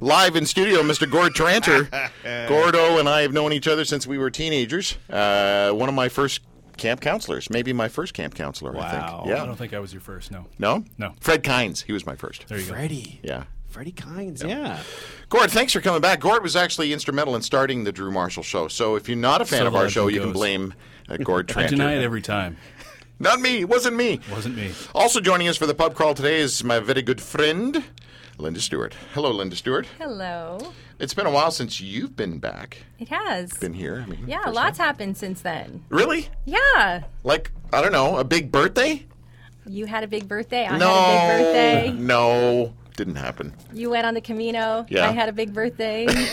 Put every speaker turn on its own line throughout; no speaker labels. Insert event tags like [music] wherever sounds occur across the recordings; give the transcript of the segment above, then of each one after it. live in studio, Mr. Gord Taranter. Gordo and I have known each other since we were teenagers. Uh, one of my first camp counselors, maybe my first camp counselor.
Wow.
I think.
I
Yeah.
don't think I was your first. No.
Oh. No.
No.
Fred Kynes. He was my first.
There you go.
Freddie.
Yeah.
Freddie Kynes. Yeah.
Gord, thanks for coming back. Gord was actually instrumental in starting the Drew Marshall Show. So if you're not a fan
So
of our
legend
show, you can
goes.
blame uh,
[laughs]
Gord
I
Tranter.
deny it every time.
Not me. It wasn't me.
Wasn't me.
Also joining us for the pub crawl today is my very good friend, Linda Stewart. Hello, Linda Stewart.
Hello.
It's been a while since you've been back,
It has.
been here. I mean,
yeah,
first
lots
time.
happened since then.
Really?
Yeah.
Like I don't know, a big birthday?
You had a big birthday. I
no,
had a big birthday.
no, didn't happen.
You went on the Camino.
Yeah.
I had a big birthday.
[laughs]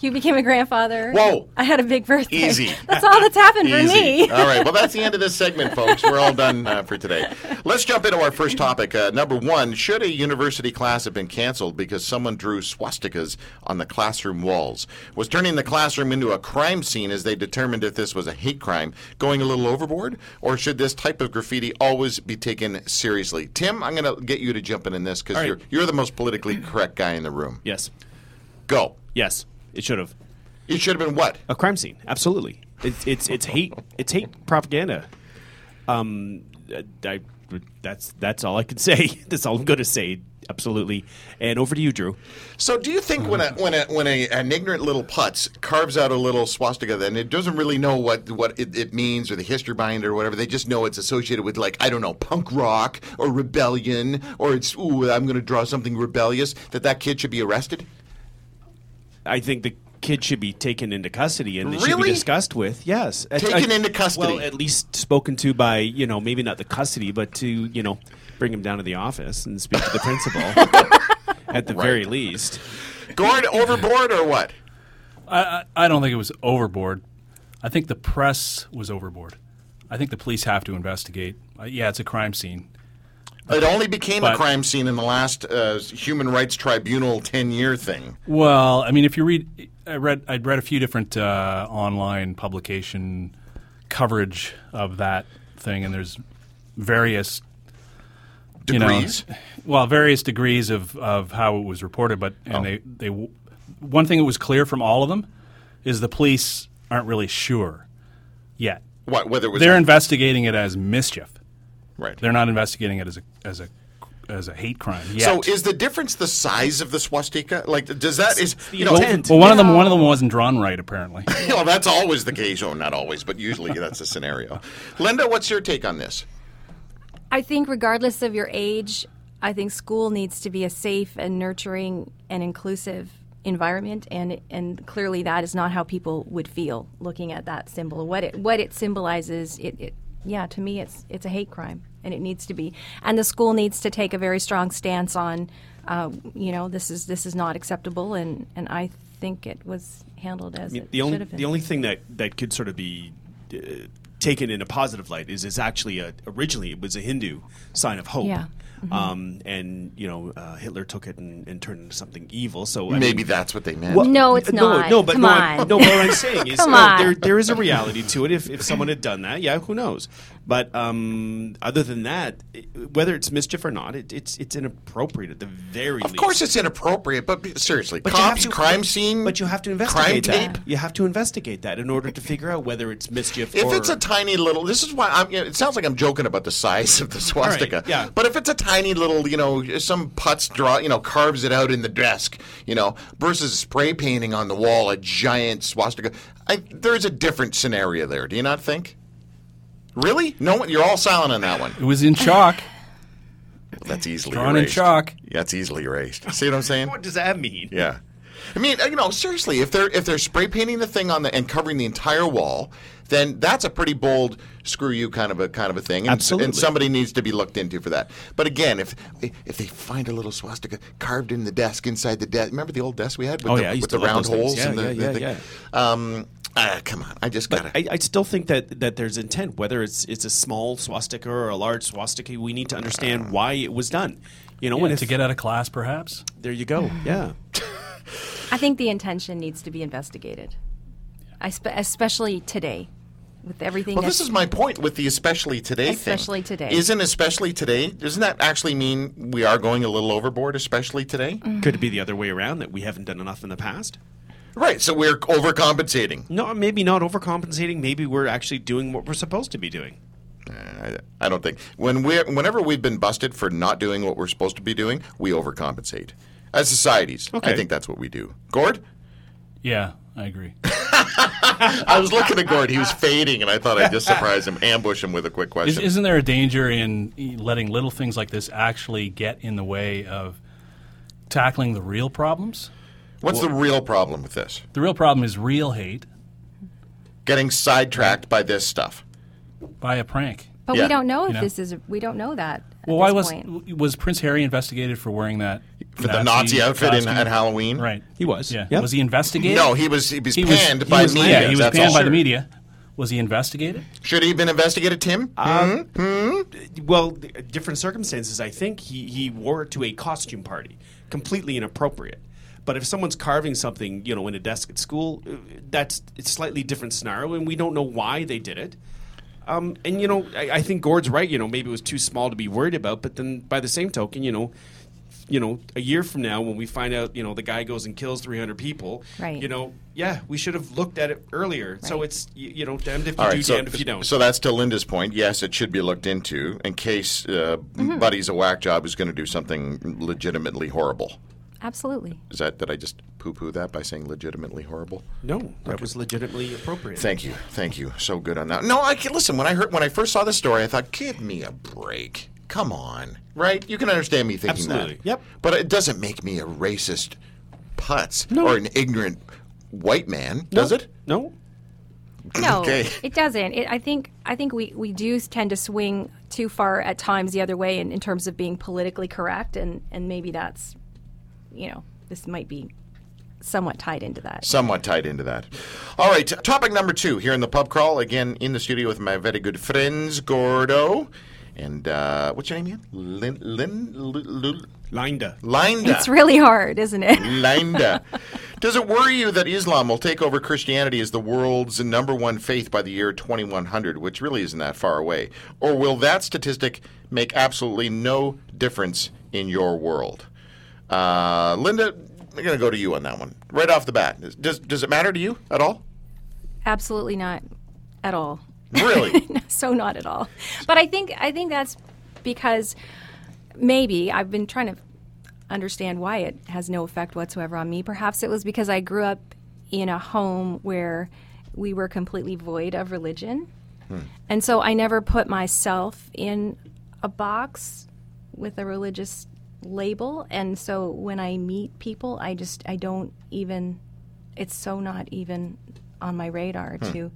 you became a grandfather.
Whoa.
I had a big birthday.
Easy.
That's all that's happened for
Easy.
me.
all right. Well, that's the end of this segment, folks. We're all done uh, for today. Let's jump into our first topic. Uh, number one: Should a university class have been canceled because someone drew swastikas on the classroom walls? Was turning the classroom into a crime scene as they determined if this was a hate crime going a little overboard, or should this type of graffiti always be taken seriously? Tim, I'm going to get you to jump in in this because
All right.
you're you're the most politically correct guy in the room.
Yes.
Go.
Yes. It should have.
It should have been what?
A crime scene. Absolutely. It's it's it's hate. It's hate propaganda. Um, I, that's that's all I can [laughs] say. That's all I'm going to say. Absolutely. And over to you, Drew.
So, do you think when a when a when a, an ignorant little putz carves out a little swastika, then it doesn't really know what what it, it means or the history behind it or whatever? They just know it's associated with like I don't know punk rock or rebellion or it's ooh I'm going to draw something rebellious that that kid should be arrested.
I think the kid should be taken into custody and it should
Really?
be discussed with. Yes, I-
Taken
I-
into custody.
Well, at least spoken to by you know maybe not the custody, but to you know bring him down to the office and speak to
[laughs]
the principal at the very least.
Gord overboard or what?
I, I, I don't think it was overboard. I think the press was overboard. I think the police have to investigate. Uh, yeah, it's a crime scene.
It only became a
But-
crime scene in the last uh, human rights tribunal ten year thing.
Well, I mean, if you read, I read, I'd read a few different uh, online publication coverage of that thing, and there's various you know,
Degrees.
well, various degrees of, of how it was reported, but
Oh.
and they they w- one thing that was clear from all of them is the police aren't really sure yet.
What whether it was
They're investigating it as mischief.
right.
They're not investigating it as a as a as a hate crime yet.
So is the difference the size of the swastika? Like, does that is you know?
intent.
well, one of them one of them wasn't drawn right apparently.
[laughs] well, that's always the case. Oh, not always, but usually that's the scenario. Linda, what's your take on this?
I think, regardless of your age, I think school needs to be a safe and nurturing and inclusive environment, and and clearly that is not how people would feel looking at that symbol. What it what it symbolizes, it, it yeah, to me, it's it's a hate crime, and it needs to be, and the school needs to take a very strong stance on, uh, you know, this is this is not acceptable, and and I think it was handled
I
as
mean,
it
the only
should have been.
the only thing that that could sort of be uh, taken in a positive light is it's actually a, originally it was a Hindu sign of hope.
Yeah. Mm-hmm.
Um, and you know uh, Hitler took it and, and turned it into something evil. So I
Maybe
mean,
that's what they meant.
Well,
No, it's not.
No, but
Come
no, I'm-
on.
no, but what I'm
[laughs]
saying is
Come
no,
on.
there, there is a reality to it. If, if someone had done that, yeah, who knows? But um, other than that, i whether it's mischief or not, it, it's it's inappropriate at the very
of
least.
course, it's inappropriate, but be- seriously,
But you have
cops,
to-
crime scene,
But you have to
crime
investigate
tape.
that. You have to investigate that in order to figure out whether it's mischief
If
or
it's a tiny little, this is why I'm. you know, It sounds like I'm joking about the size of the swastika.
yeah.
But if it's a tiny little, you know, some putz draw, you know, carves it out in the desk, you know, versus spray painting on the wall a giant swastika. I, there's a different scenario there. Do you not think? Really? No one. You're all silent on that one. [laughs]
it was in chalk.
That's easily
Drawn in
erased.
chalk.
That's easily erased. See what I'm saying?
what does that mean?
Yeah. I mean, you know, seriously, if they're if they're spray painting the thing on the and covering the entire wall, then that's a pretty bold screw you kind of a kind of a thing, and,
Absolutely.
and somebody needs to be looked into for that. But again, if if they find a little swastika carved in the desk inside the desk, remember the old desk we had with
Oh,
the,
yeah, I used
with
to
the
love
round
those things.
holes
Yeah,
and the,
yeah,
the
yeah,
thing. Um, ah, come on, I just gotta.
I, I still think that, that there's intent, whether it's it's a small swastika or a large swastika. We need to understand why it was done. You know, and if
to get Mm-hmm. out of class, perhaps.
there you go. Yeah,
I think the intention needs to be investigated, I spe- especially today. with everything.
Well,
that's-
this is my point with the especially today thing.
Especially today.
Isn't especially today, doesn't that actually mean we are going a little overboard, especially today?
Mm.
Could it be the other way around that we haven't done enough in the past?
Right, so we're overcompensating.
No, maybe not overcompensating. Maybe we're actually doing what we're supposed to be doing.
Uh, I, I don't think. when we're, Whenever we've been busted for not doing what we're supposed to be doing, we overcompensate. As societies, I
Okay.
think that's what we do. Gord?
Yeah, I agree.
I was looking at Gord. He was fading, and I thought I'd just surprise him, ambush him with a quick
Is,
question.
isn't there a danger in letting little things like this actually get in the way of tackling the real problems?
What's the real problem with this?
The real problem is real hate
Getting sidetracked by this stuff.
by a prank.
but
yeah,
we don't know if
you know.
this is. We don't know that. at
Well, why
this
was
point.
w- was Prince Harry investigated for wearing that
For the Nazi outfit in,
costume?
at Halloween?
Right,
He was,
Yeah,
yeah.
was he investigated?
No, he was he was
he was
panned
he
by
was-
media.
Yeah, he was
that's
panned
all.
by the media. Was he investigated?
Should he have been investigated, Tim?
Well, th- different circumstances. I think he, he wore it to a costume party, completely inappropriate. But if someone's carving something, you know, in a desk at school, uh, that's it's slightly different scenario, and we don't know why they did it. Um, and you know, I, I think Gord's right. You know, maybe it was too small to be worried about. But then, by the same token, you know, you know, a year from now, when we find out, you know, the guy goes and kills three hundred people,
Right.
You know, yeah, we should have looked at it earlier. So
Right.
it's you, you know, damned if you
All
do,
right, so,
damned if you don't.
so that's to Linda's point. Yes, it should be looked into in case uh, Buddy's a whack job who's going to do something legitimately horrible.
Absolutely.
Is that did I just poo poo that by saying legitimately horrible?
no, that was legitimately appropriate.
Thank you, thank you. So good on that. No, I can, listen. When I heard when I first saw this story, I thought, give me a break. Come on, right? You can understand me thinking
Absolutely.
that.
Yep.
But it doesn't make me a racist putz or an ignorant white man, does it?
No.
No,
Okay.
it doesn't. It, I think I think we, we do tend to swing too far at times the other way in, in terms of being politically correct, and, and maybe that's, you know, this might be somewhat tied into that.
somewhat tied into that. All right, topic number two here in the pub crawl. Again, in the studio with my very good friends, Gordo. And uh, what's your name again? Lin, Lin, Lin,
Linda.
Linda.
It's really hard, isn't it?
Linda. Does it worry you that Islam will take over Christianity as the world's number one faith by the year 2100, which really isn't that far away? Or will that statistic make absolutely no difference in your world? Uh, Linda, I'm going to go to you on that one. Right off the bat, does, does it matter to you at all?
Absolutely not, at all. [laughs]
Really?
so not at all. But I think I think that's because maybe I've been trying to understand why it has no effect whatsoever on me. Perhaps it was because I grew up in a home where we were completely void of religion.
Hmm.
And so I never put myself in a box with a religious label and so when I meet people I just I don't even it's so not even on my radar
Hmm.
to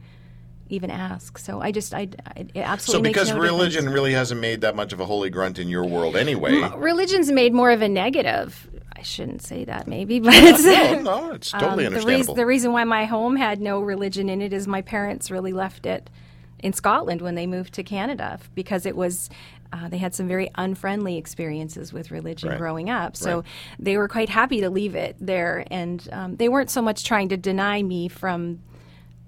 even ask. So I just I, I it
So
absolutely makes
because
no difference.
religion really hasn't made that much of a holy grunt in your world anyway.
religion's made more of a negative. I shouldn't say that, maybe, [laughs] but it's um,
no, no, it's totally
the,
understandable.
reas- the reason why my home had no religion in it is my parents really left it in Scotland when they moved to Canada f- because it was. Uh, they had some very unfriendly experiences with religion
Right.
growing up, so
Right.
they were quite happy to leave it there, and um, they weren't so much trying to deny me from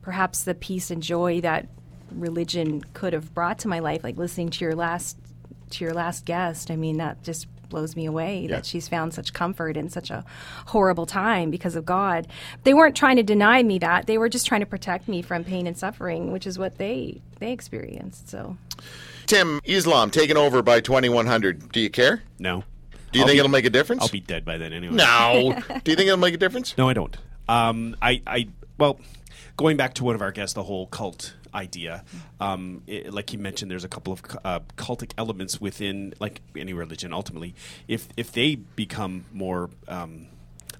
perhaps the peace and joy that religion could have brought to my life like listening to your last to your last guest i mean that just blows me away
Yeah.
that she's found such comfort in such a horrible time because of god they weren't trying to deny me that they were just trying to protect me from pain and suffering which is what they they experienced so
Tim, Islam taken over by 2100. Do you care?
No.
Do you
I'll
think
be-
it'll make a difference?
I'll be dead by then anyway.
[laughs] No. Do you think it'll make a difference?
No, I don't. Um, I, I, well, going back to one of our guests, the whole cult idea. Um, i like he mentioned, there's a couple of uh, cultic elements within, like any religion. Ultimately, if if they become more um,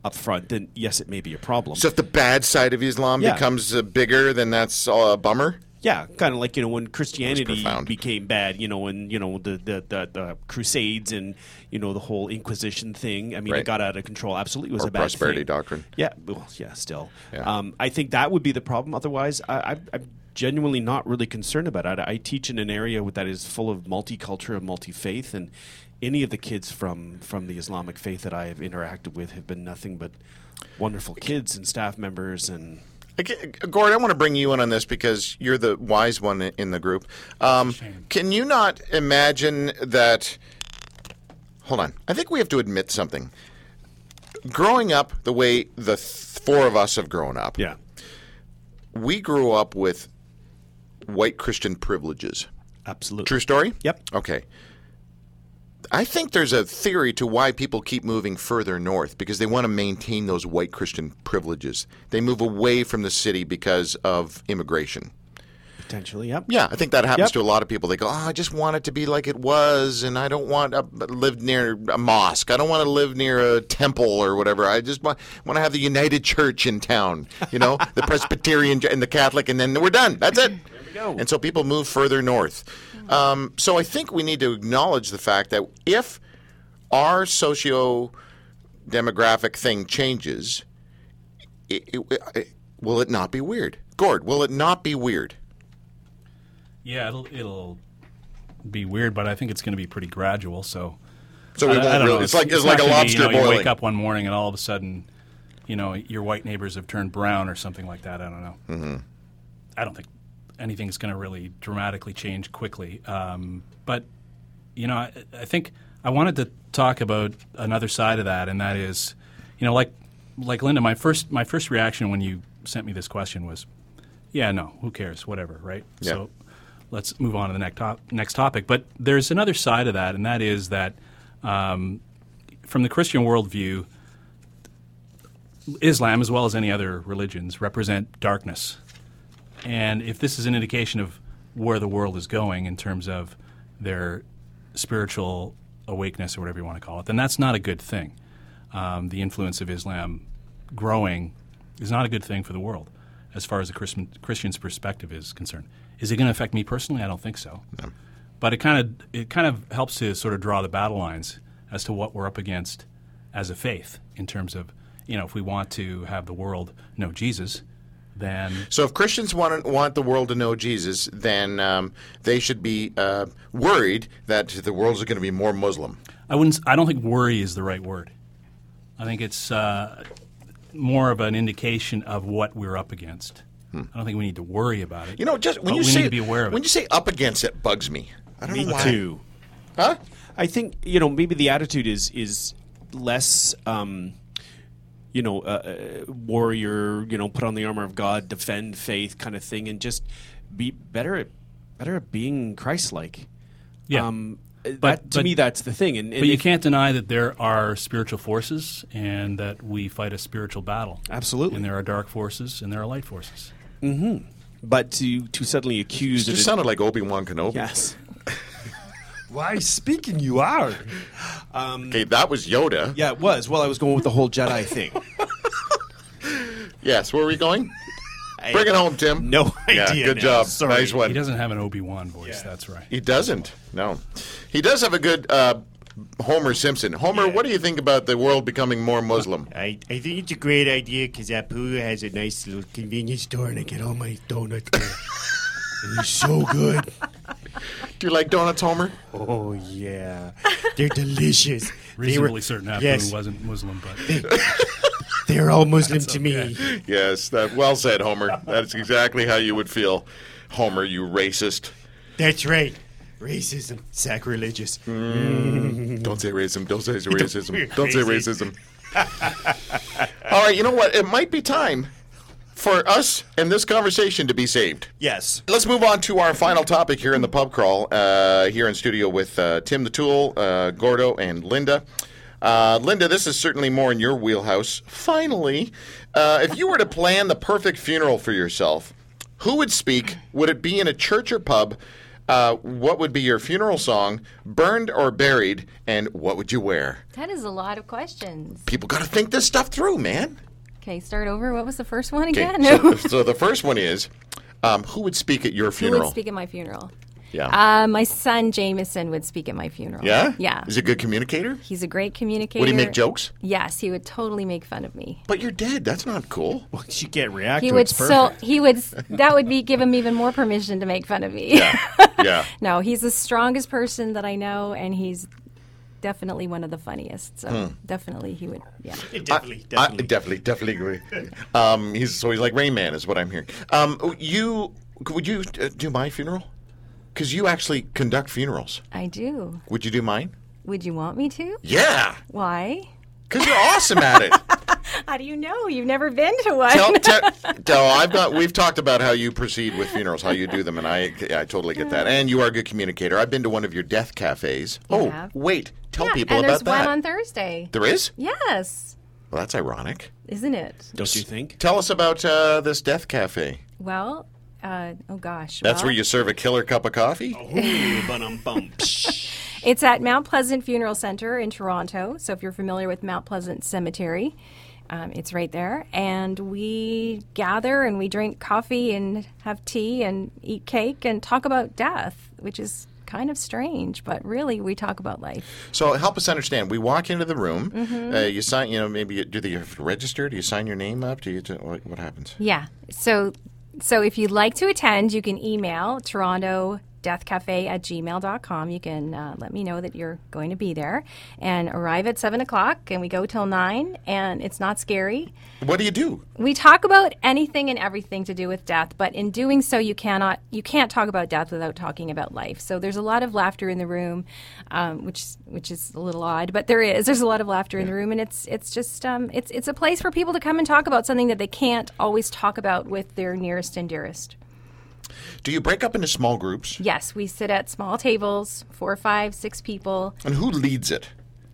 upfront, then yes, it may be a problem.
So if the bad side of Islam
Yeah.
becomes uh, bigger, then that's uh, a bummer.
Yeah, kind of like you know when Christianity
profound.
became bad, you know, and you know the the, the the Crusades and you know the whole Inquisition thing. I mean,
Right.
it got out of control. Absolutely, it was
Or
a bad
prosperity
thing.
doctrine.
Yeah, well, yeah, still.
Yeah.
Um, I think that would be the problem. Otherwise, I, I, I'm genuinely not really concerned about it. I, I teach in an area that is full of multiculture and multi faith, and any of the kids from from the Islamic faith that I have interacted with have been nothing but wonderful kids and staff members and.
Okay, Gord, I want to bring you in on this because you're the wise one in the group. Um, can you not imagine that? Hold on. I think we have to admit something. Growing up the way the th- four of us have grown up,
Yeah.
we grew up with white Christian privileges.
Absolutely.
True story?
Yep.
Okay. I think there's a theory to why people keep moving further north because they want to maintain those white Christian privileges. They move away from the city because of immigration.
Potentially. Yep.
Yeah, I think that happens
Yep.
to a lot of people. They go, "Oh, I just want it to be like it was, and I don't want to live near a mosque. I don't want to live near a temple or whatever. I just want want to have the United Church in town. You know, [laughs] the Presbyterian and the Catholic, and then we're done. That's it. There we go. And so people move further north. Um, so I think we need to acknowledge the fact that if our socio demographic thing changes, it, it, it, will it not be weird? Gord, will it not be weird?
Yeah, it'll it'll be weird, but I think it's going to be pretty gradual. So
So we
I- I
won't
don't know.
really. It's, like it's, like
not
a
gonna be,
lobster
you know, you
boiling.
wake up one morning and all of a sudden, you know, your white neighbors have turned brown or something like that. I don't know. Mm-hmm. I don't think anything's going to really dramatically change quickly. Um, but you know, I, I think I wanted to talk about another side of that, and that is, you know, like like Linda, my first my first reaction when you sent me this question was, yeah, no, who cares, whatever, right?
Yeah.
So let's move on to the next top, next topic. But there's another side of that, and that is that um, from the Christian worldview, Islam, as well as any other religions, represent darkness. And if this is an indication of where the world is going in terms of their spiritual awakeness or whatever you want to call it, then that's not a good thing. Um, the influence of Islam growing is not a good thing for the world as far as a Christian, Christian's perspective is concerned. Is it going to affect me personally? I don't think so. But it kind of it kind of helps to sort of draw the battle lines as to what we're up against as a faith in terms of you know if we want to have the world know Jesus, then
So if Christians want want the world to know Jesus, then um, they should be uh, worried that the world is going to be more Muslim.
I wouldn't. I don't think worry is the right word. I think it's uh, more of an indication of what we're up against. I don't think we need to worry about it.
You know, just when
But
you
we
say
need to be aware of
when
it.
you say up against it bugs me. I don't
Me
know why.
too.
Huh?
I think you know maybe the attitude is is less. Um, you know, uh, uh, warrior. You know, put on the armor of God, defend faith, kind of thing, and just be better at better at being Christ-like.
Yeah.
Um, that, to
but-
me, that's the thing. And, and
but you
if-
can't deny that there are spiritual forces and that we fight a spiritual battle.
Absolutely.
And there are dark forces and there are light forces.
But to to suddenly accuse
It just
it-
sounded like Obi Wan Kenobi.
yes.
Why speaking you are?
Okay, that was Yoda.
Yeah, it was. Well, I was going with the whole Jedi thing.
Yes. Where are we
[laughs]
going? Bring it home, Tim.
No
Yeah,
idea.
good
now.
job.
Sorry.
Nice
He
one.
doesn't have an Obi Wan voice. That's right.
Uh, He doesn't. No, he does have a good uh, Homer Simpson. Homer, what do you think about the world becoming more
[laughs]
Muslim?
I, I think it's a great idea because Apu has a nice little convenience store and I get all my donuts there. and they're so good.
Do you like donuts, Homer?
Oh, yeah. They're delicious.
Reasonably
they were,
certain Apu
yes,
wasn't Muslim, but
They're all Muslim to me.
Yes, that well said, Homer. That's exactly how you would feel, Homer. You racist.
That's right. Racism. Sacrilegious.
Don't say racism. Don't say racism.
You're
Don't say
crazy.
racism. All right, you know what? It might be time for us and this conversation to be saved.
Yes.
Let's move on to our final topic here in the pub crawl. Uh, here in studio with uh, Tim the Tool, uh, Gordo, and Linda. Uh, Linda, this is certainly more in your wheelhouse. Finally, uh, if you were to plan the perfect funeral for yourself, who would speak? Would it be in a church or pub? Uh, what would be your funeral song? Burned or buried? And what would you wear?
That is a lot of questions.
People got to think this stuff through, man.
Okay, start over. What was the first one
Okay,
again? [laughs]
so, so the first one is um, who would speak at your
Who
funeral?
would speak at my funeral?
Yeah.
Uh, my son Jameson would speak at my funeral.
Yeah?
Yeah.
Is he a good communicator?
He's a great communicator.
Would he make jokes?
Yes, he would totally make fun of me.
But you're dead. That's not
[laughs]
cool. [laughs]
She can't react
He
to
would so he would s- that would be give him even more permission to make fun of me. [laughs]
Yeah.
no, he's the strongest person that I know, and he's definitely one of the funniest. So
Hmm.
definitely he would. Yeah.
Definitely,
I-
definitely.
definitely, definitely agree. um, he's so he's like Rain Man, is what I'm hearing. Um, you would you uh, do my funeral? Because you actually conduct funerals.
I do.
Would you do mine?
Would you want me to?
Yeah,
Why?
because you're awesome at
[laughs]
it.
How do you know? You've never been to one. [laughs]
tell, tell, tell- I've got. We've talked about how you proceed with funerals, how you do them, and I, I totally get that. And you are a good communicator. I've been to one of your death cafes. oh,
have?
wait, tell
Yeah,
people
and
about
there's
that.
one on Thursday.
there is.
Yes,
Well, that's ironic.
isn't it?
Don't you think?
Tell us about uh, this death cafe.
Well, uh, oh gosh.
That's
well,
where you serve a killer cup of coffee.
Oh.
Ooh, ba-dum-bum. Psh.
It's at Mount Pleasant Funeral Center in Toronto. So if you're familiar with Mount Pleasant Cemetery, um, it's right there. And we gather and we drink coffee and have tea and eat cake and talk about death, which is kind of strange, but really we talk about life.
So help us understand. We walk into the room.
Mm-hmm.
Uh, you sign. You know, maybe you, do they have to register? Do you sign your name up? Do you? do- what, what happens?
Yeah. So so if you'd like to attend, you can email Toronto deathcafe at gmail.com you can uh, let me know that you're going to be there and arrive at 7 o'clock and we go till 9 and it's not scary
What do you do?
we talk about anything and everything to do with death but in doing so you cannot you can't talk about death without talking about life so there's a lot of laughter in the room um, which which is a little odd but there is there's a lot of laughter in the room and it's it's just um, it's it's a place for people to come and talk about something that they can't always talk about with their nearest and dearest
Do you break up into small groups?
yes we sit at small tables four five six people
And who leads it?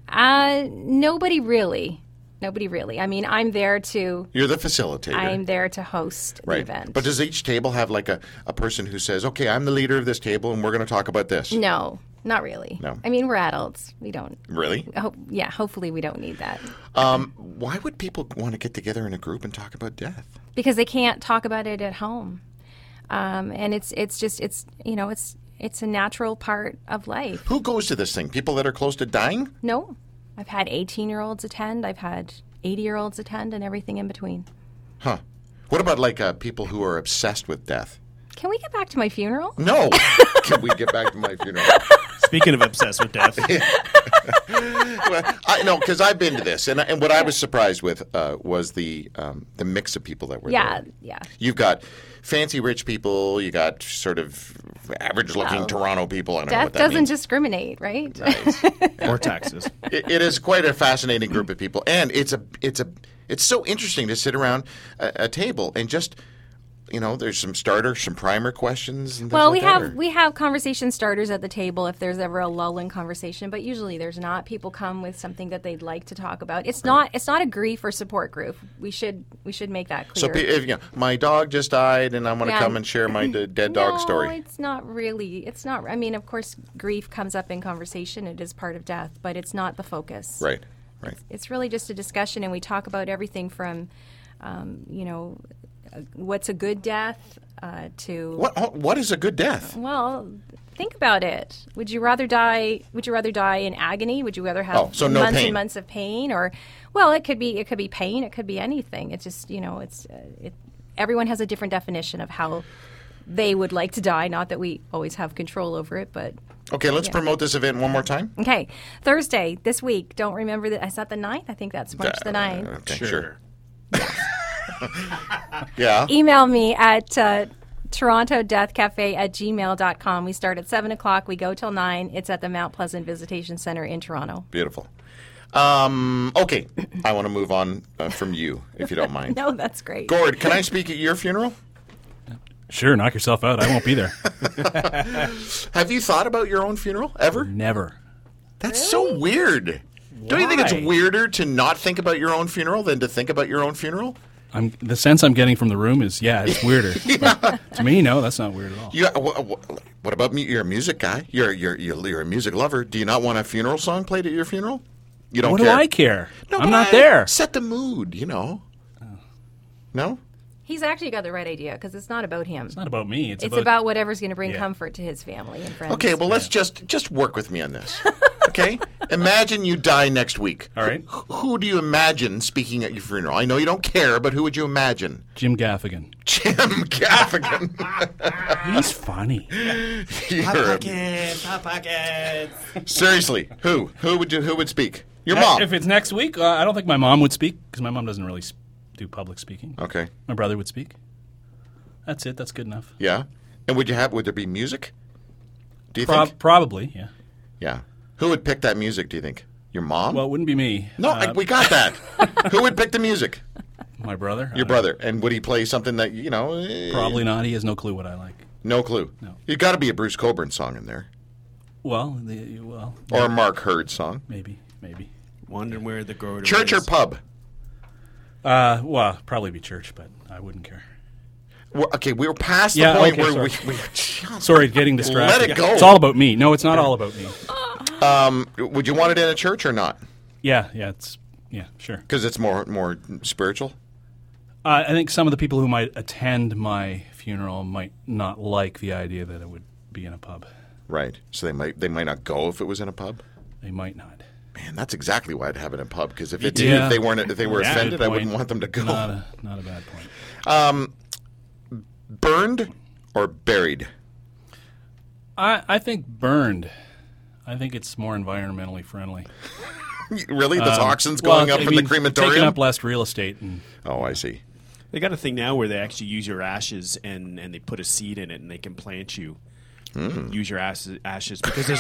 uh, nobody really nobody really i mean i'm there to
You're the facilitator.
i'm there to host the event
But does each table have like a, a person who says, okay, I'm the leader of this table and we're going to talk about this?
No, not really.
No.
I mean, we're adults. We don't. [laughs]
Really?
Hope, yeah, hopefully we don't need that
Um, why would people want to get together in a group and talk about death?
because they can't talk about it at home, um, and it's it's just it's you know it's it's a natural part of life.
Who goes to this thing? People that are close to dying?
No, I've had eighteen year olds attend. I've had eighty year olds attend, and everything in between.
Huh. What about like uh, people who are obsessed with death?
Can we get back to my funeral?
No.
[laughs]
Can we get back to my funeral?
Speaking of obsessed with death,
Well, I know because I've been to this, and, and what I was surprised with uh, was the um, the mix of people that were
Yeah,
there.
yeah.
You've got fancy rich people, you got sort of average looking Toronto people. I don't know
Oh. Death
what that
doesn't
means.
discriminate, right?
or taxes.
it, it is quite a fascinating group of people, and it's a it's a it's so interesting to sit around a, a table and just you know there's some starter, some primer questions. And things
Well, we
like that,
have
or-
we have conversation starters at the table if there's ever a lull in conversation, but usually there's not. People come with something that they'd like to talk about. It's not it's not a grief or support group. We should we should make that
so
clear.
pe- if, you know, my dog just died, and I want to
Yeah.
come and share my
[clears throat]
d- dead
no,
dog story.
it's not really. It's not. I mean, of course, grief comes up in conversation. It is part of death, but it's not the focus.
Right, right.
It's really just a discussion, and we talk about everything from, um, you know, uh, what's a good death uh, to
What oh, what is a good death?
Well, think about it. Would you rather die? Would you rather die in agony? Would you rather have
Oh, so no
months
pain.
and months of pain, or well, it could be it could be pain. It could be anything. It's just you know, it's uh, it, everyone has a different definition of how they would like to die. Not that we always have control over it, but
Okay, let's promote this event one more time.
okay. Thursday this week. Don't remember that. Is that the 9th? I think that's March the 9th.
Uh, Okay, sure. [laughs] Yeah.
email me at uh, toronto death cafe at gmail.com we start at 7 o'clock we go till 9 it's at the mount pleasant visitation center in toronto
Beautiful. Um, okay, I want to move on uh, from you, if you don't mind.
[laughs] no that's great
Gord, can I speak at your funeral?
Sure, knock yourself out. I won't be there.
Have you thought about your own funeral ever?
Never.
That's so weird. Don't you think it's
Why?
weirder to not think about your own funeral than to think about your own funeral?
I'm the sense I'm getting from the room is yeah, it's weirder. But to me, no, that's not weird at all.
You, wha- wha- what about me? You're a music guy. You're you're you're, you're a music lover. Do you not want a funeral song played at your funeral? You don't
what
care.
do I care?
No,
I'm
but
not
I-
there. Oh.
Set the mood, you know. No.
he's actually got the right idea because it's not about him it's,
Not about me. It's,
about, whatever's going to bring comfort to his family and friends
Okay, well let's just just work with me on this.
[laughs]
Okay. Imagine you die next week.
All right.
Who, who do you imagine speaking at your funeral? I know you don't care, but who would you imagine? [laughs]
Jim Gaffigan.
Jim Gaffigan.
He's funny.
You're-
Hot pockets, hot pockets.
seriously, who? Who would you? Who would speak? Your
Uh,
mom.
If it's next week, uh, I don't think my mom would speak because my mom doesn't really s- do public speaking.
okay.
My brother would speak. That's it. That's good enough.
Yeah. And would you have? Would there be music? Do you
Prob-
think?
probably, yeah.
Yeah. Who would pick that music? Do you think? Your mom?
Well, it wouldn't be me.
no, I,
Uh,
we got
[laughs]
that. who would pick the music?
my brother. Uh,
Your brother. And would he play something that you know? eh,
Probably not. He has no clue what I like.
No clue. No. You got to be a Bruce Coburn song in there,
Well, the, well,
or a Mark Hurd song.
maybe, maybe.
Wondering where the girl
Church or
is.
pub?
Uh, well, probably be church, but I wouldn't care.
We're, okay, we were past the
Yeah,
point
okay,
where
sorry.
we. we
Sorry, getting distracted.
Let it go.
It's all about me. No, it's not all about me.
um, would you want it in a church or not?
Yeah, yeah, it's yeah, sure.
Because it's more more spiritual.
Uh, I think some of the people who might attend my funeral might not like the idea that it would be in a pub.
Right. So they might they might not go if it was in a pub.
They might not.
Man, that's exactly why I'd have it in a pub. Because if, it,
Yeah.
if they weren't if they were
Yeah,
offended,
good
I wouldn't
point.
want them to go.
Not a not a bad point.
Burned or buried.
I I think burned. I think it's more environmentally friendly.
Really,
Um,
the toxins going up in the crematorium.
Taking up less real estate and
oh, I see. [laughs]
They got a thing now where they actually use your ashes and, and they put a seed in it and they can plant you. Use your ashes, ashes because there's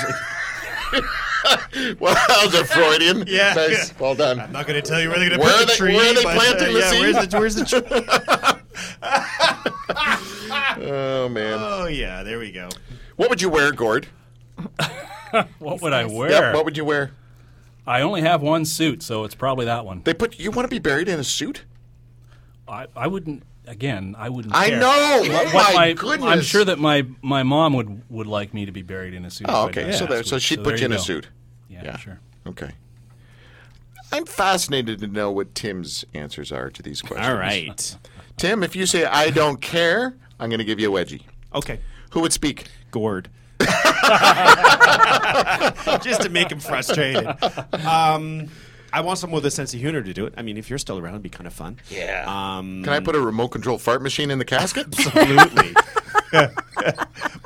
Well, that was a
[laughs]
Freudian.
Yeah.
Nice. Well done.
I'm not going to tell you where they're going to
Where
put
are
the
they-
tree.
where are they
uh,
but,
planting the
yeah,
seed?
Where's the, where's the tree?
[laughs] Oh man.
Oh, yeah, there we go.
What would you wear, Gord?
what would I wear?
Yep, what would you wear?
I only have one suit, so it's probably that one.
They put you want to be buried in a suit?
I, I wouldn't. Again, I wouldn't.
I
care.
know. Oh,
What
my,
my-
goodness.
I'm sure that my, my mom would, would like me to be buried in a suit.
Oh,
if I
okay.
died
So,
last
there, so
week.
she'd
there
put you
you
in a
go.
suit.
Yeah, sure.
Okay. I'm fascinated to know what Tim's answers are to these questions.
all right.
Tim, if you say I don't care, I'm going to give you a wedgie.
Okay,
Who would speak?
gourd. Just to make him frustrated. Um, I want someone with a sense of humor to do it. I mean, if you're still around, it'd be kind of fun. Yeah. Um,
Can I put a remote control fart machine in the
[laughs]
casket? [laughs]
Absolutely.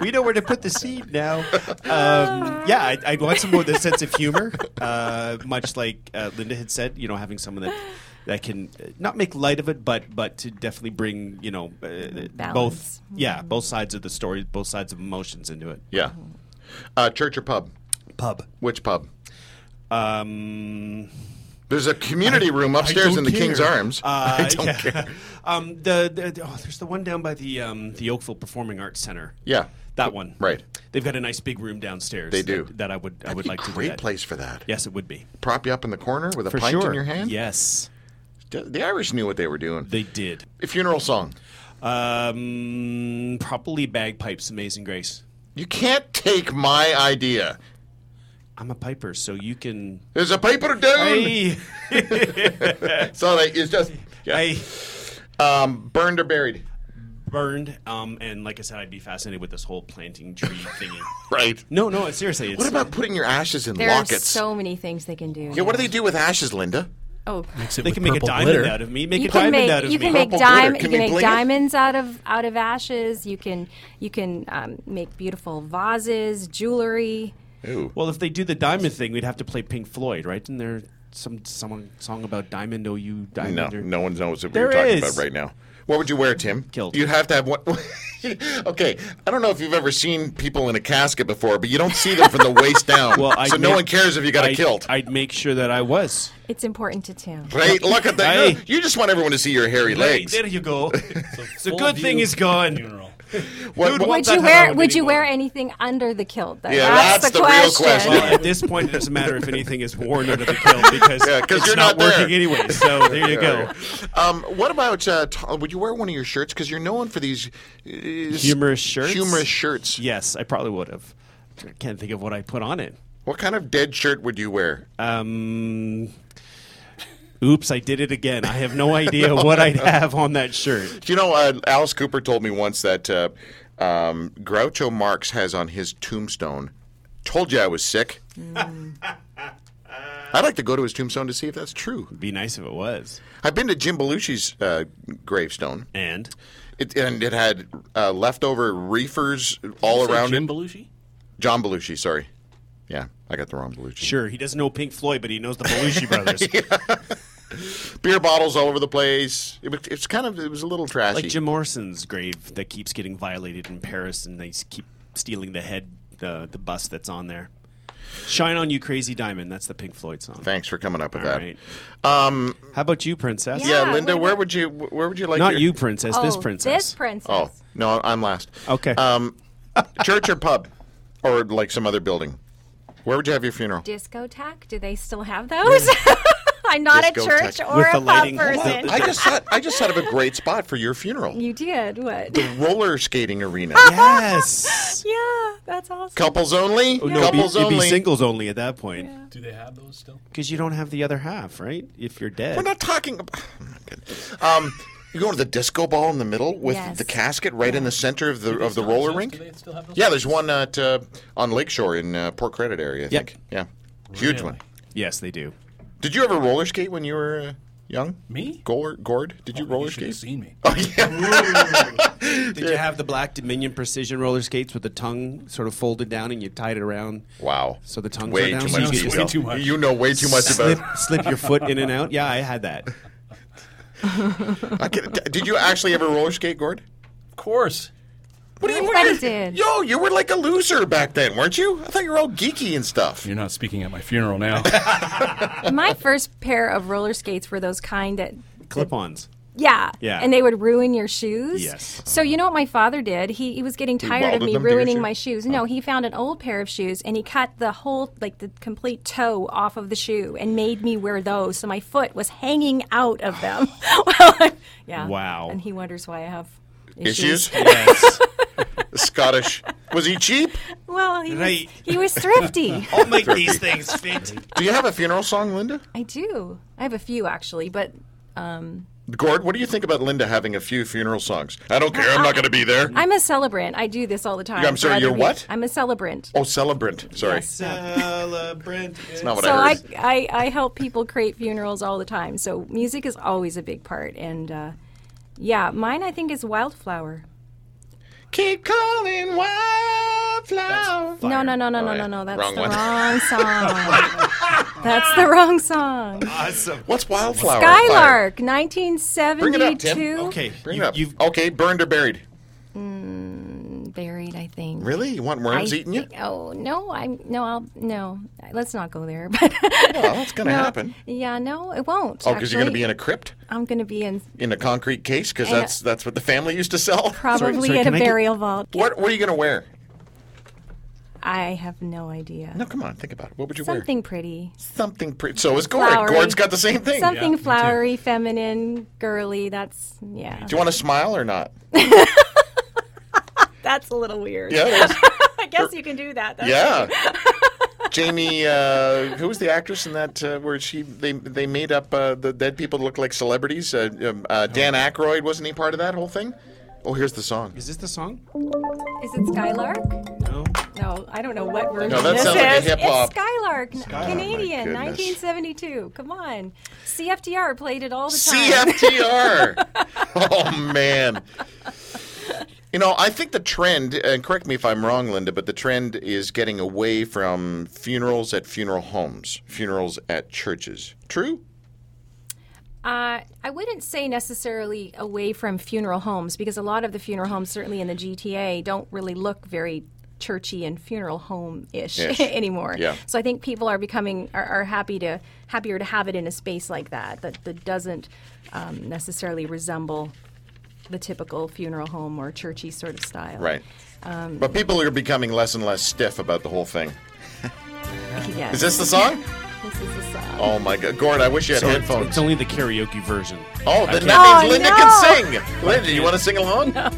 we know where to put the seed now. Um, yeah, I'd, I'd want someone with a sense of humor, uh, much like uh, Linda had said. You know, having someone that that can uh, not make light of it, but but to definitely bring you know uh, both
Balance.
yeah both sides of the story, both sides of emotions into it.
yeah. Uh, church or pub?
Pub.
Which pub?
Um,
There's a community room upstairs
don't
in the
care.
King's Arms. [laughs]
uh,
I don't
yeah.
care.
Um, the, the, the- oh, there's the one down by the um, the Oakville Performing Arts Center.
Yeah.
That one,
Right.
They've got a nice big room downstairs.
They do.
That, that I would, I would like to do
Great
that.
place for that.
Yes, it would be.
Prop you up in the corner with a pint in your hand.
Yes,
D- The Irish knew what they were doing.
they did.
Funeral song.
Um, probably bagpipes, Amazing Grace.
You can't take my idea.
I'm a piper, so you can.
There's a paper down.
Hey,
So they, it's just yeah.
I
Um, burned or buried.
burned. Um, and like I said, I'd be fascinated with this whole planting tree thingy.
Right.
No, no, seriously. It's,
What about putting your ashes in
There are
lockets?
so many things they can do.
yeah, what do they do with ashes, Linda?
Oh,
Mix it
They
with
can make a
purple
diamond
glitter.
out of me. Make
you
a
can
diamond
make
out of
you
me.
can make
Purple glitter.
diamond
Can
you can
we
make
bling it?
diamonds out of out of ashes. You can you can um, make beautiful vases, jewelry.
Ooh.
Well, if they do the diamond thing, we'd have to play Pink Floyd, right? And there some someone song about diamond. Oh, you diamond.
No,
or-
no one knows what
There
we're talking
is.
about right now. What would you wear, Tim?
Kilt.
You have to have one. [laughs] okay, I don't know if you've ever seen people in a casket before, but you don't see them from the waist down.
[laughs] Well, I'd
so no
make-
one cares if you got a
I'd-
kilt.
I'd make sure that I was.
It's important to Tim.
right? Look at that.
Hey.
You just want everyone to see your hairy legs.
There
[laughs]
you go. the
Full
good thing
view
is gone.
funeral.
What-
Dude,
what-
what-
Would
that
you
hat
wear
on
Would you
anymore.
wear anything under the kilt? That-
Yeah, that's the real
question.
question.
Well, at this point, it doesn't matter if anything is worn under the kilt
[laughs]
because
Yeah, 'cause
it's
you're
not,
not there.
working anyway. So there you go.
Um, what about uh, t- would you wear one of your shirts? Because you're known for these uh,
Humorous shirts?
Humorous shirts.
Yes, I probably would have. I can't think of what I put on it.
What kind of dead shirt would you wear?
Um, oops, I did it again. I have no idea what I'd have on that shirt.
Do you know, uh, Alice Cooper told me once that uh, um, Groucho Marx has on his tombstone Told you I was sick. I'd like to go to his tombstone to see if that's true.
Be nice if it was.
I've been to Jim Belushi's uh, gravestone,
And
it, and it had uh, leftover reefers all
Say
around
Jim
it.
Belushi?
John Belushi, sorry. Yeah, I got the wrong Belushi.
sure, he doesn't know Pink Floyd, but he knows
[laughs]
the Belushi brothers,
Beer bottles all over the place. It, was- it's kind of it was a little trashy.
like Jim Morrison's grave that keeps getting violated in Paris, and they s- keep stealing the head, the the bust that's on there. Shine on you, crazy diamond. That's the Pink Floyd song.
Thanks for coming up with
All
that.
right. Um, How about you, princess?
Yeah.
Yeah, Linda,
what
where
about-
would you where would you like
Not
your-
you, princess. this
Oh,
princess.
This princess.
Oh no, I'm last.
Okay.
Um, church or pub, or like some other building. Where would you have your funeral?
Discotheque? Do they still have those? [laughs] I'm not a church
Discotheque.
or
With
a
the
pub
lighting.
person.
I just thought I just thought of a great spot for your funeral.
[laughs] you Ah! did what?
Roller skating arena.
yes.
[laughs] yeah, that's awesome.
Couples only.
Oh, No, it'd be,
Couples
it'd be
only.
singles only at that point.
Do they have those still?
Because you don't have the other half, right? If you're dead.
We're not talking [sighs] about. Um, you go to the disco ball in the middle with
Yes.
the casket right in the center of the of the roller rink.
Do they still have those?
Yeah, there's one at uh, on Lakeshore in uh, Port Credit area. I
Yep.
think. Yeah, huge
Really?
one.
yes, they do.
Did you ever roller skate when you were uh, young?
Me? Oh,
Gord? Gord? Did you roller
You should have
skate? Oh.
seen me.
Did you have the black Dominion precision roller skates with the tongue sort of folded down and you tied it around?
Wow.
So the tongues
way
are down.
too
so
much.
you
could
detail.
just
Way too much.
You know way too much
slip,
about.
slip your foot in and out. Yeah, I had that.
I can't- did you actually ever roller skate, Gord?
Of course.
What do you?
Everybody
what do you-
did.
Yo, you were like a loser back then, weren't you? I thought you were all geeky and stuff.
You're not speaking at my funeral now. [laughs]
My first pair of roller skates were those kind that
[laughs] Clip-ons.
Yeah.
Yeah.
And they would ruin your shoes.
Yes.
So you know what my father did? He, he was getting tired of
welded
me
them to your
ruining
shoe?
my shoes.
Oh.
No, he found an old pair of shoes and he cut the whole like the complete toe off of the shoe and made me wear those. So my foot was hanging out of
[sighs]
them. [laughs] yeah.
Wow.
And he wonders why I have issues.
Issues? [laughs] Scottish. Was he cheap?
Well, he
Right.
was, he was thrifty. [laughs]
I'll make these things fit.
Do you have a funeral song, Linda?
I do. I have a few actually, but
Gord, what do you think about Linda having a few funeral songs? I don't care. I'm not going to be there.
I'm a celebrant. I do this all the time.
I'm
for
sorry,
other
you're
peop-
what?
I'm a celebrant.
Oh, celebrant. Sorry.
Yes.
Celebrant.
That's not what
so
I
I,
heard.
I, I help people create funerals all the time. So music is always a big part. And uh, yeah, mine I think is Wildflower.
Keep calling wildflower.
No, no, no, no,
Oh,
no,
yeah.
no, no. That's
Wrong
the
one. [laughs]
wrong song. That's the wrong song.
Awesome.
What's wildflower? Fire.
Skylark,
Bring it up,
1972.
Tim.
Okay.
Bring
you,
it up.
You've,
Okay, burned or buried?
Buried, I think.
Really? You want worms
I
eating you?
thi- Oh no! I'm no. I'll no. Let's not go there. [laughs] But
Well, it's going to happen.
yeah, no, it won't.
Oh, because you're going to be in
actually.
a crypt?
I'm going to be in
In a concrete case? Because
And a-
that's, that's what the family used to
[laughs]
sell?
probably
sorry,
at a
can I get-
burial vault.
What, what are you going to wear?
I have no idea.
No, come on. Think about it. What would you wear?
Something pretty.
Something pretty. So is Gord.
Flowery.
Gord's got the same thing.
Something
Yeah, me too.
flowery, feminine, girly. That's yeah.
Do you want to smile or not?
That's a little weird.
Yeah. it is.
[laughs] I guess you can do that. That's
yeah. Jamie, uh, who was the actress in that uh, where she they they made up uh, the dead people to look like celebrities? Uh, um, uh, Dan Aykroyd wasn't he part of that whole thing? Oh, here's the song.
is this the song?
Is it Skylark?
No.
No, I don't know what version
that
this
sounds like a
is.
hip hop.
It's Skylark, n-
Oh,
Canadian,
my goodness.
1972. Come on, CFTR played it all the time.
CFTR.
[laughs]
oh man. You know, I think the trend, and correct me if I'm wrong, Linda, but the trend is getting away from funerals at funeral homes, funerals at churches. True?
Uh, I wouldn't say necessarily away from funeral homes because a lot of the funeral homes, certainly in the GTA, don't really look very churchy and funeral home ish
Ish.
[laughs] anymore.
Yeah.
So I think people are becoming are, are happy to happier to have it in a space like that that, that doesn't um, necessarily resemble the typical funeral home or churchy sort of style.
Right.
Um,
but people are becoming less and less stiff about the whole thing.
Yeah.
Is this the song?
This is uh, the song.
Oh my God, Gord! I wish you had
So it's,
headphones.
it's only the karaoke version.
oh, then
can't-
that means
Oh,
Linda
no.
can sing. Linda, you want to sing along? No.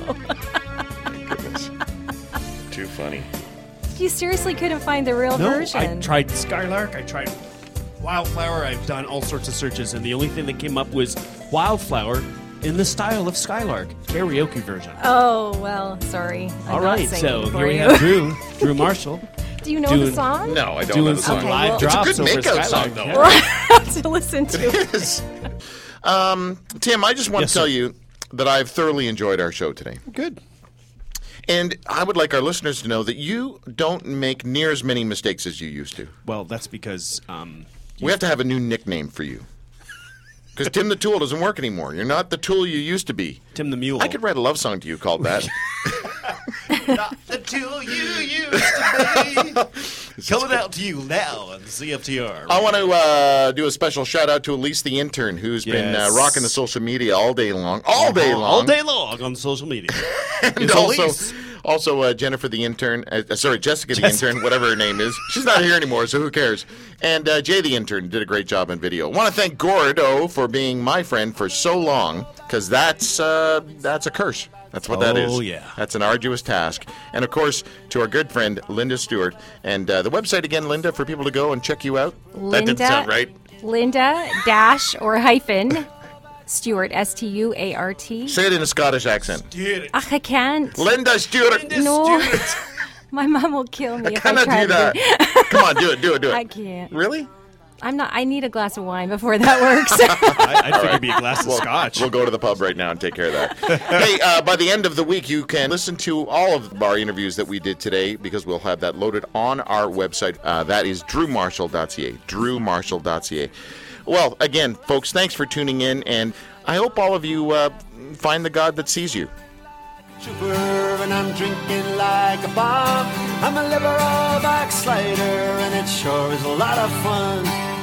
goodness. [laughs] Too funny.
You seriously couldn't find the real
No,
version.
I tried Skylark. I tried Wildflower. I've done all sorts of searches, and the only thing that came up was Wildflower in the style of Skylark karaoke version.
Oh well, sorry. I'm
all
not
right,
singing
so
for
here we
you.
have Drew, Drew Marshall.
[laughs] Do you know the
Doing-
song?
No, I don't know
doing
the
some
song.
Okay,
live
well-
it's a
drops
good
over
makeout
Skylark,
song, though.
yeah.
[laughs] to listen to.
Yes. Um, Tim, I just want
Yes,
to tell
sir.
you that I've thoroughly enjoyed our show today.
Good.
And I would like our listeners to know that you don't make near as many mistakes as you used to.
Well, that's because um,
We have to have a new nickname for you. Because Tim the Tool doesn't work anymore. You're not the tool you used to be.
Tim the Mule.
I could write a love song to you called
[laughs]
that. Oh.
Not the tool you
[laughs]
used to be. Coming out to you now on CFTR.
I want to uh, do a special shout out to Elise the intern, who's been uh,
Yes. Uh-huh.
rocking the social media all day long, all day long,
All day long on social media.
And
It's Elise.
also, also uh, Jennifer the intern, uh, uh, sorry Jessica the intern, whatever her name is. She's not here anymore, so who cares? And uh, Jay the intern did a great job in video. Want to thank Gordo for being my friend for so long, because that's uh, that's a curse. That's what that is.
Oh, yeah.
That's an arduous task. And of course, to our good friend Linda Stewart. And uh, the website again, Linda, for people to go and check you out. that didn't sound right.
Linda dash or hyphen Stewart S T U A R T.
Say it in a Scottish accent.
Dude,
Ach, I can't.
Linda Stewart.
No, my mom will kill me
I
if I
cannot
try
do
to
that.
do-
Come on, do it, do it, do it.
[laughs] I can't.
Really?
I'm not. I need a glass of wine before
[laughs]
that works.
I, I'd figure it'd be a glass of scotch.
We'll go to the pub right now and take care of that. [laughs] hey, uh, by the end of the week, you can listen to all of our interviews that we did today because we'll have that loaded on our website. Uh, that is drewmarshall.ca. Drewmarshall.ca. Well, again, folks, thanks for tuning in, and I hope all of you uh, find the God that sees you.
chauffeur and I'm drinking like a bomb. I'm a liberal backslider and it sure is a lot of fun.